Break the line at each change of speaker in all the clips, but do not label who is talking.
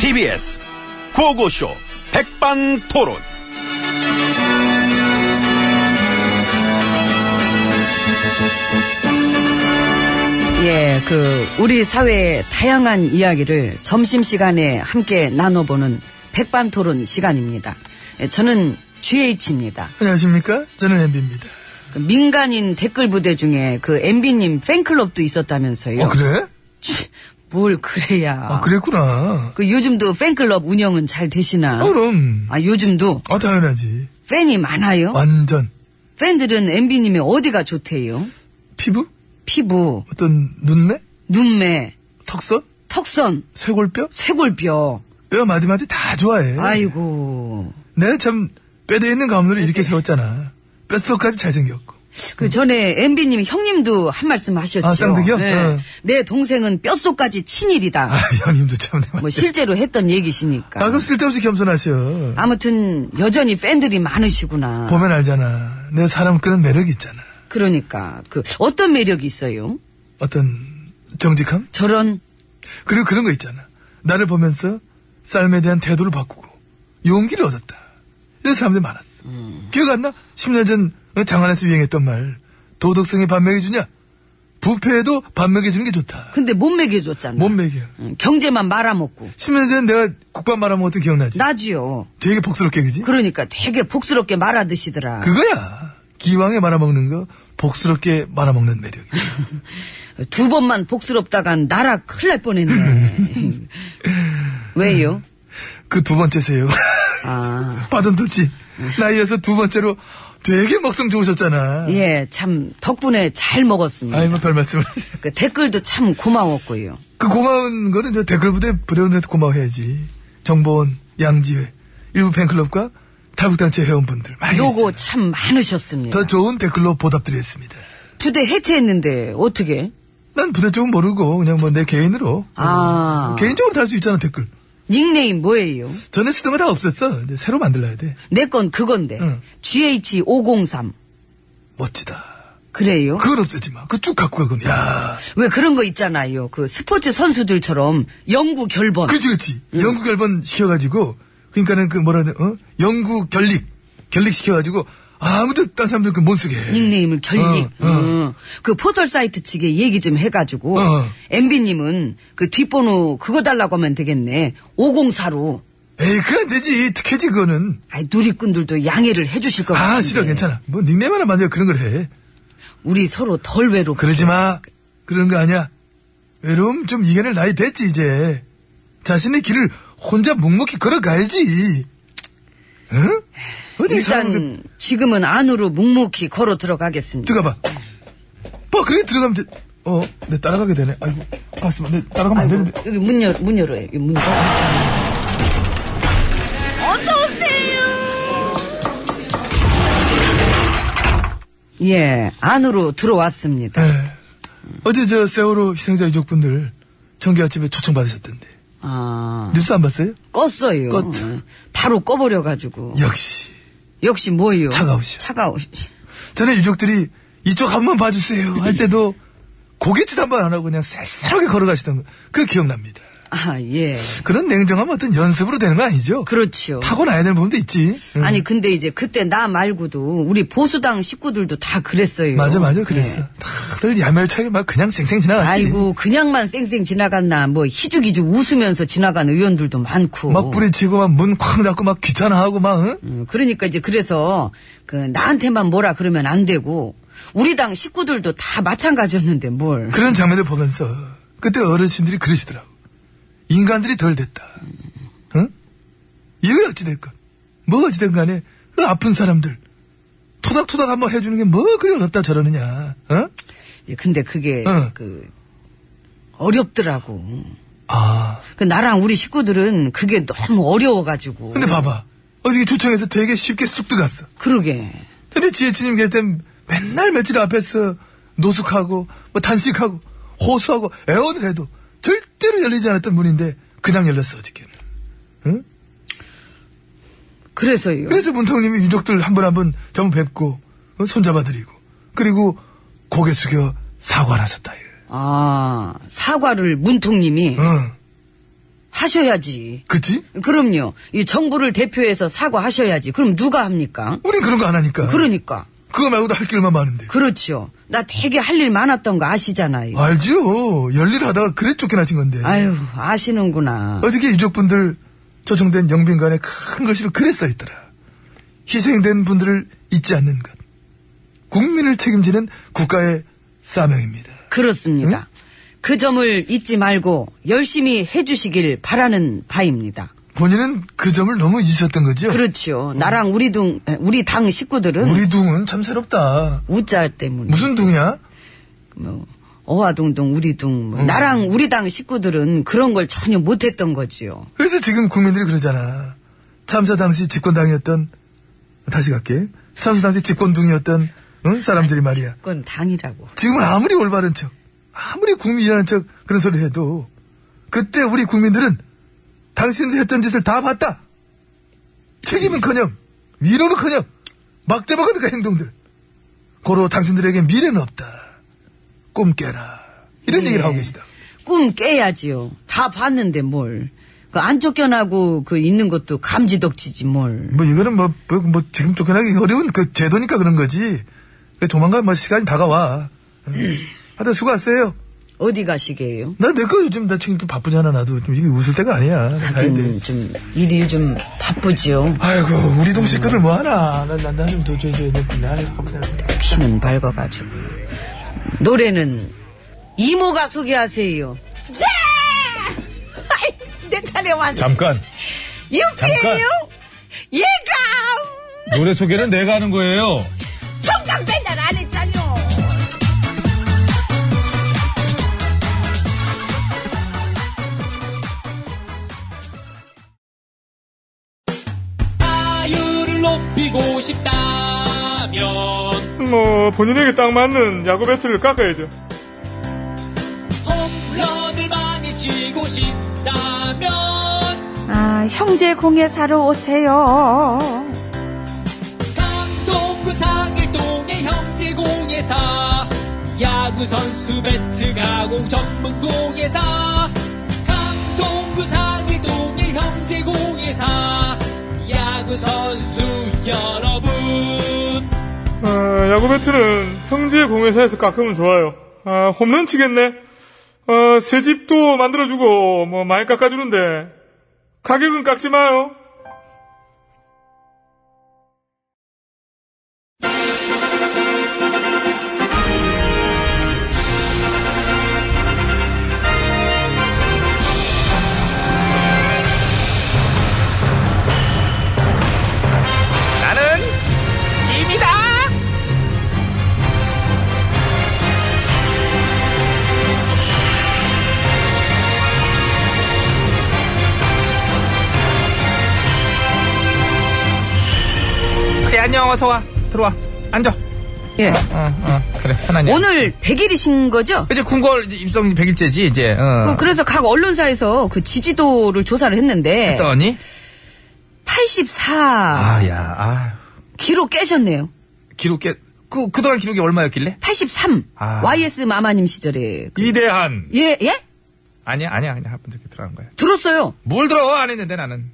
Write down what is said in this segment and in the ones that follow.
TBS 구호고쇼 백반토론.
예, 그 우리 사회의 다양한 이야기를 점심 시간에 함께 나눠보는 백반토론 시간입니다. 예, 저는 GH입니다.
안녕하십니까? 저는 MB입니다.
민간인 댓글 부대 중에 그 MB님 팬클럽도 있었다면서요.
어, 그래?
치, 뭘 그래야.
아, 그랬구나.
그 요즘도 팬클럽 운영은 잘 되시나?
어, 그럼.
아, 요즘도
아, 당연하지.
팬이
어?
많아요?
완전.
팬들은 MB님의 어디가 좋대요?
피부?
피부,
어떤 눈매?
눈매,
턱선?
턱선,
쇄골뼈?
쇄골뼈.
뼈 마디마디 다 좋아해.
아이고.
내가 참, 뼈대 있는 가문을 이렇게 세웠잖아. 뼛속까지 잘생겼고.
그 전에 MB님 형님도 한 말씀 하셨죠.
아, 쌍둥이요?
네.
어.
내 동생은 뼛속까지 친일이다.
아, 형님도 참. 내 말.
뭐 실제로 했던 얘기시니까.
아, 그럼 쓸데없이 겸손하셔.
아무튼 여전히 팬들이 많으시구나.
보면 알잖아. 내 사람 끄는 매력이 있잖아.
그러니까 그 어떤 매력이 있어요?
어떤 정직함?
저런
그리고 그런 거 있잖아. 나를 보면서 삶에 대한 태도를 바꾸고 용기를 얻었다. 이런 사람들이 많았어. 기억 안 나? 10년 전 장안에서 유행했던 말. 도덕성에 반맥해주냐? 부패에도 반맥해주는 게 좋다.
근데 못 먹여줬잖아.
못 먹여.
응, 경제만 말아먹고.
10년 전 내가 국밥 말아먹었던 거 기억나지?
나지요.
되게 복스럽게, 그지?
그러니까 되게 복스럽게 말아드시더라.
그거야. 기왕에 말아먹는 거 복스럽게 말아먹는 매력이. 그-
두 번만 복스럽다간 나라 큰일 날 뻔했네. 왜요?
그 두 번째세요.
아.
받은 도치. 나 이래서 두 번째로 되게 먹성 좋으셨잖아.
예, 참 덕분에 잘 먹었습니다.
아이, 뭐별 말씀을.
그 댓글도 참 고마웠고요.
그 고마운 거는 이제 댓글 부대 부대원들한테 고마워해야지. 정보원, 양지회, 일부 팬클럽과 탈북단체 회원분들 많이
요거
계시잖아요.
참 많으셨습니다.
더 좋은 댓글로 보답드리겠습니다.
부대 해체했는데 어떻게?
난 부대 쪽은 모르고 그냥 뭐 내 개인으로
아.
어, 개인적으로 달 수 있잖아 댓글.
닉네임 뭐예요?
전에 쓰던 거 다 없앴어. 이제 새로 만들어야 돼.
내 건 그건데.
응.
GH503.
멋지다.
그래요?
그걸 없애지 마. 그 쭉 갖고 가 그건. 야.
왜 그런 거 있잖아요. 그 스포츠 선수들처럼 영구 결번.
그렇지 그렇지.
음.
영국 결번 시켜가지고 그러니까는 그 뭐라 해야 돼? 어? 영국 결릭 결릭 시켜가지고 아무도 딴 사람들 그 못 쓰게. 해.
닉네임을 결릭.
어, 어.
응. 그 포털 사이트 측에 얘기 좀 해가지고
어.
MB님은 그 뒷번호 그거 달라고 하면 되겠네. 504로.
에이 그건 안 되지. 특혜지 그거는.
아이 누리꾼들도 양해를 해주실 것 같은데.
아, 싫어, 괜찮아. 뭐, 닉네임 하나 만들어 그런 걸 해.
우리 서로 덜 외롭게.
그러지 마. 그런 거 아니야. 외로움 좀 이겨낼 나이 됐지, 이제. 자신의 길을 혼자 묵묵히 걸어가야지. 응? 어디 사람들-
일단 지금은 안으로 묵묵히 걸어 들어가겠습니다.
들어가봐. 봐, 그렇게 들어가면 돼. 어, 내 따라가게 되네. 아이고, 가슴아, 내 따라가면 안
아이고,
되는데.
여기 문 열, 문 열어요. 여기 문 열어. 예, 안으로 들어왔습니다.
에, 예. 어제 저 세월호 희생자 유족분들 청계아침에 초청 받으셨던데.
아,
뉴스 안 봤어요?
껐어요.
껐.
예, 바로 꺼버려가지고.
역시.
역시 뭐요?
차가우셔.
차가우.
저는 유족들이 이쪽 한번 봐주세요 할 때도 고갯짓 한 번 안 하고 그냥 쌀쌀하게 걸어가시던 그 기억납니다.
아, 예.
그런 냉정함 어떤 연습으로 되는 거 아니죠?
그렇죠.
타고나야 되는 부분도 있지. 응.
아니 근데 이제 그때 나 말고도 우리 보수당 식구들도 다 그랬어요.
맞아 맞아 그랬어.
예.
다들 야멸차게 막 그냥 쌩쌩 지나갔지.
아이고 그냥만 쌩쌩 지나갔나 뭐 희죽이죽 웃으면서 지나간 의원들도 많고.
막 뿌리치고 막 문 쾅 닫고 막 귀찮아하고 막 응?
음, 그러니까 이제 그래서 그 나한테만 뭐라 그러면 안 되고 우리 당 식구들도 다 마찬가지였는데 뭘.
그런 장면을 보면서 그때 어르신들이 그러시더라고. 인간들이 덜 됐다. 응? 이게 어찌됐건, 뭐가 어찌된 간에 그 아픈 사람들 토닥토닥 한번 해주는 게 뭐 그리 어렵다 저러느냐. 어?
이제 근데 그게
응.
그 어렵더라고.
아.
그 나랑 우리 식구들은 그게 너무 어려워가지고.
근데 봐봐. 어저께 조청에서 되게 쉽게 쑥 들어갔어.
그러게.
전에 지혜진님 계실 땐 맨날 며칠 앞에서 노숙하고 뭐 단식하고 호소하고 애원을 해도 절대로 열리지 않았던 문인데 그냥 열렸어 어저께는. 응?
그래서요.
그래서 문통님이 유족들 한 분 한 분 전부 뵙고 어, 손잡아드리고 그리고 고개 숙여 사과를 하셨다. 예.
아 사과를 문통님이
응,
하셔야지.
그치?
그럼요. 이 정부를 대표해서 사과하셔야지. 그럼 누가 합니까?
우린 그런 거 안 하니까.
그러니까.
그거 말고도 할 게 얼마 많은데.
그렇죠. 나 되게 할 일 많았던 거 아시잖아요.
알죠. 열일 하다가 그래 쫓겨나신 건데.
아유, 아시는구나.
어저께 유족분들 조정된 영빈관에 큰 글씨로 그래 써있더라. 희생된 분들을 잊지 않는 것. 국민을 책임지는 국가의 사명입니다.
그렇습니다. 그 점을 잊지 말고 열심히 해주시길 바라는 바입니다.
본인은 그 점을 너무 잊으셨던 거죠?
그렇죠. 나랑 우리 둥, 에, 우리 당 식구들은
우리 둥은 참 새롭다.
우자 때문에
무슨 둥이야?
뭐 어화둥둥 우리 둥
음.
뭐, 나랑 우리 당 식구들은 그런 걸 전혀 못했던 거지요.
그래서 지금 국민들이 그러잖아. 참사 당시 집권당이었던, 다시 갈게. 참사 당시 집권둥이었던, 응? 사람들이 말이야.
그건 당이라고.
지금 아무리 올바른 척, 아무리 국민이라는 척 그런 소리 해도 그때 우리 국민들은 당신들이 했던 짓을 다 봤다. 책임은커녕 위로는커녕 막대먹은 그 행동들. 고로 당신들에게 미래는 없다. 꿈 깨라. 이런
예.
얘기를 하고 계시다.
꿈 깨야지요. 다 봤는데 뭘. 그 안 쫓겨나고 그 있는 것도 감지덕지지 뭘.
뭐 이거는 뭐, 뭐, 뭐 지금 쫓겨나기 어려운 그 제도니까 그런 거지. 조만간 뭐 시간이 다가와. 응. 하여튼 수고하세요.
어디 가시게요?
나 내 거 요즘 나 지금 이렇게 바쁘잖아 나도. 좀 이게 웃을 때가 아니야. 가야 돼.
네.
하긴 좀 일이 좀 바쁘지요.
아이고 우리 동시 글을 뭐 하나 난난좀 도저히 저 나를
피는 밝아가지고 노래는 이모가 소개하세요. 네! 내 차례 완.
잠깐
유피예요. 예감.
노래 소개는 내가 하는 거예요.
총각 맨날 안 했잖요.
아유를 높이고 싶다면
뭐 본인에게 딱 맞는 야구 배트를 깎아야죠.
홈런을 많이 치고 싶다면
아, 형제 공예 사러 오세요.
강동구 상일동의 형제공예사 야구선수 배트 가공 전문 공예사 강동구 상일동의 형제공예사 야구선수 여러분
아, 야구 배트는 형제 공회사에서 깎으면 좋아요. 아, 홈런 치겠네. 아, 새 집도 만들어주고 뭐 많이 깎아주는데 가격은 깎지 마요. 그래 안녕 어서 와 들어와 앉아.
예.
그래 편하냐.
오늘 100일이신 거죠?
이제 궁궐 이제 입성 100일째지 이제. 어.
그- 그래서 각 언론사에서 그 지지도를 조사를 했는데
했더니
84
아야 아
기록 깨셨네요.
기록에 그 그동안 기록이 얼마였길래?
83
아.
YS 마마님 시절에 그-
이대한
예 예?
아니야 아니야 아니야 한번 이렇게 들어간 거야.
들었어요.
뭘 들어 안 했는데 나는.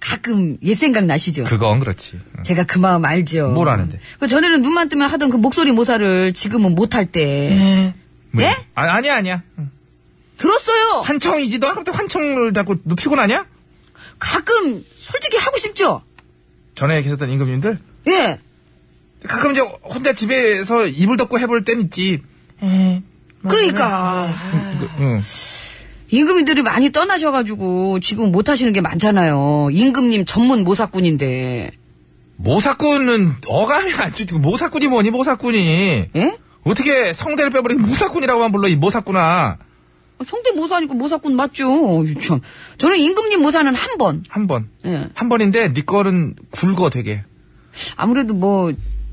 가끔 옛 생각 나시죠?
그건 그렇지. 응.
제가 그 마음 알죠.
뭘 아는데?
그 전에는 눈만 뜨면 하던 그 목소리 모사를 지금은 못할 때
뭐?
예?
아, 아니야 아니야. 응.
들었어요.
환청이지 너 아까부터 환청을 자꾸 너 피곤하냐?
가끔 솔직히 하고 싶죠.
전에 계셨던 임금님들
예.
가끔 이제 혼자 집에서 이불 덮고 해볼 땐 있지. 에,
그러니까.
응.
임금님들이 많이 떠나셔가지고 지금 못 하시는 게 많잖아요. 임금님 전문 모사꾼인데.
모사꾼은 어감이 안 좋지. 모사꾼이 뭐니 모사꾼이.
예?
어떻게 성대를 빼버린 모사꾼이라고만 불러 이 모사꾼아.
성대 모사니까 모사꾼 맞죠? 어휴, 참. 저는 임금님 모사는 한 번.
한 번.
예.
한 번인데 네 거는 굵어 되게.
아무래도 뭐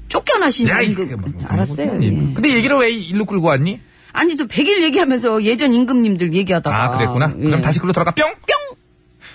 쫓겨나신
야,
임금.
이게 뭐, 뭐,
알았어요.
예.
예.
근데 얘기를 왜 일로 끌고 왔니?
아니 저 100일 얘기하면서 예전 임금님들 얘기하다가.
아, 그랬구나.
예.
그럼 다시 글로 돌아가 뿅.
뿅.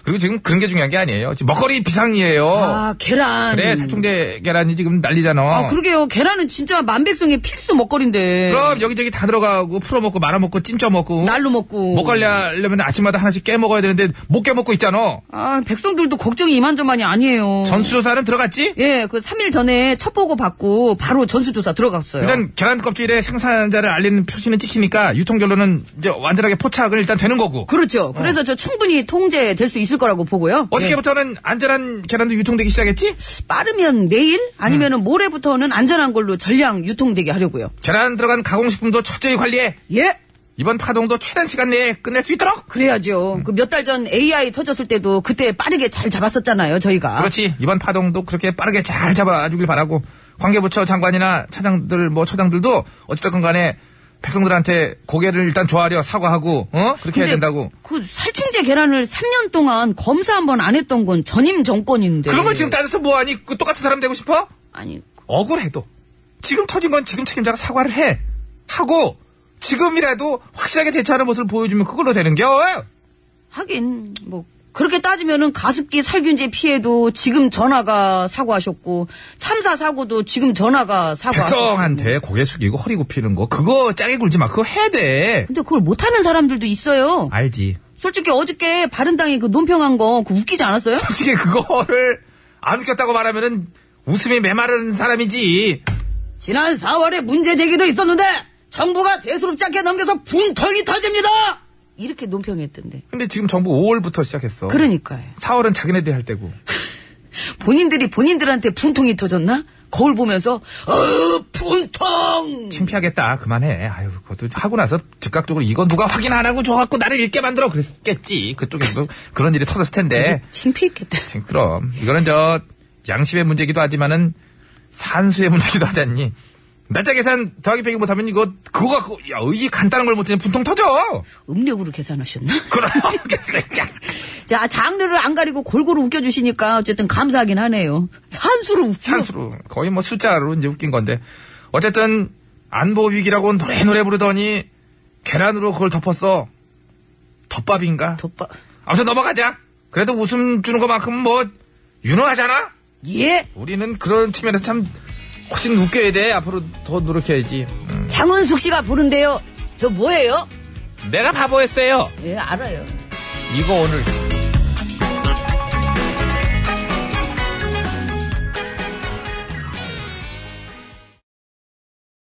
그리고 지금 그런 게 중요한 게 아니에요. 지금 먹거리 비상이에요.
아 계란.
그래 사총대 계란이 지금 난리잖아.
아 그러게요. 계란은 진짜 만백성의 필수 먹거리인데.
그럼 여기저기 다 들어가고 풀어먹고 말아먹고 찜쪄먹고
날로 먹고.
못 걸려려면 아침마다 하나씩 깨먹어야 되는데 못 깨먹고 있잖아.
아 백성들도 걱정이 이만저만이 아니에요.
전수조사는 들어갔지?
예, 그 3일 전에 첫 보고 받고 바로 전수조사 들어갔어요.
일단 계란 껍질에 생산자를 알리는 표시는 찍히니까 유통 결론은 이제 완전하게 포착은 일단 되는 거고.
그렇죠. 그래서 저 충분히 통제될 수 있을 거라고 보고요.
어. 어저께부터는 안전한 계란도 유통되기 시작했지?
예, 빠르면 내일 아니면은
음.
모레부터는 안전한 걸로 전량 유통되게 하려고요.
계란 들어간 가공식품도 철저히 관리해.
예.
이번 파동도 최단 시간 내에 끝낼 수 있도록.
그래야죠.
음.
그 몇 달 전 AI 터졌을 때도 그때 빠르게 잘 잡았었잖아요, 저희가.
그렇지. 이번 파동도 그렇게 빠르게 잘 잡아주길 바라고. 관계부처 장관이나 차장들, 뭐 처장들도 어쨌든 간에 백성들한테 고개를 일단 조아려 사과하고, 어? 그렇게
근데
해야 된다고.
그 살충제 계란을 3년 동안 검사 한 번 안 했던 건 전임 정권인데.
그런 걸 지금 따져서 뭐하니? 그 똑같은 사람 되고 싶어?
아니,
억울해도. 지금 터진 건 지금 책임자가 사과를 해. 하고, 지금이라도 확실하게 대처하는 모습을 보여주면 그걸로 되는겨.
하긴 뭐 그렇게 따지면은 가습기 살균제 피해도 지금 전화가 사과하셨고 참사 사고도 지금 전화가 사과하셨고
백성한테 고개 숙이고 허리 굽히는 거, 그거 짜게 굴지 마. 그거 해야 돼.
근데 그걸 못하는 사람들도 있어요.
알지.
솔직히 어저께 바른당이 그 논평한 거 그거 웃기지 않았어요?
솔직히 그거를 안 웃겼다고 말하면은 웃음이 메마른 사람이지.
지난 4월에 문제 제기도 있었는데 정부가 대수롭지 않게 넘겨서 분통이 터집니다. 이렇게 논평했던데.
근데 지금 정부 5월부터 시작했어.
그러니까요.
4월은 자기네들이 할 때고.
본인들이 본인들한테 분통이 터졌나? 거울 보면서 어 분통.
창피하겠다. 그만해. 아유, 그것도 하고 나서 즉각적으로 이건 누가 확인 안 하고 줘갖고 나를 읽게 만들어. 그랬겠지. 그쪽에서도 그런 일이 터졌을 텐데.
창피했겠다.
참, 그럼. 이거는 저, 양심의 문제기도 하지만은 산수의 문제기도 하지 않니? 날짜 계산 더하기 빼기 못하면 이거, 그거 갖고, 야, 이게 간단한 걸 못하면 분통 터져!
음력으로 계산하셨나?
그럼.
자, 장르를 안 가리고 골고루 웃겨주시니까 어쨌든 감사하긴 하네요. 산수로 웃겨.
산수로 거의 뭐 숫자로 이제 웃긴 건데 어쨌든 안보 위기라고 노래 노래 부르더니 계란으로 그걸 덮었어 덮밥인가
덮밥.
아무튼 넘어가자 그래도 웃음 주는 것만큼 뭐 유능하잖아
예,
우리는 그런 측면에서 참 훨씬 웃겨야 돼 앞으로 더 노력해야지 음.
장은숙 씨가 부른데요. 저 뭐예요?
내가 바보였어요.
예, 알아요.
이거 오늘.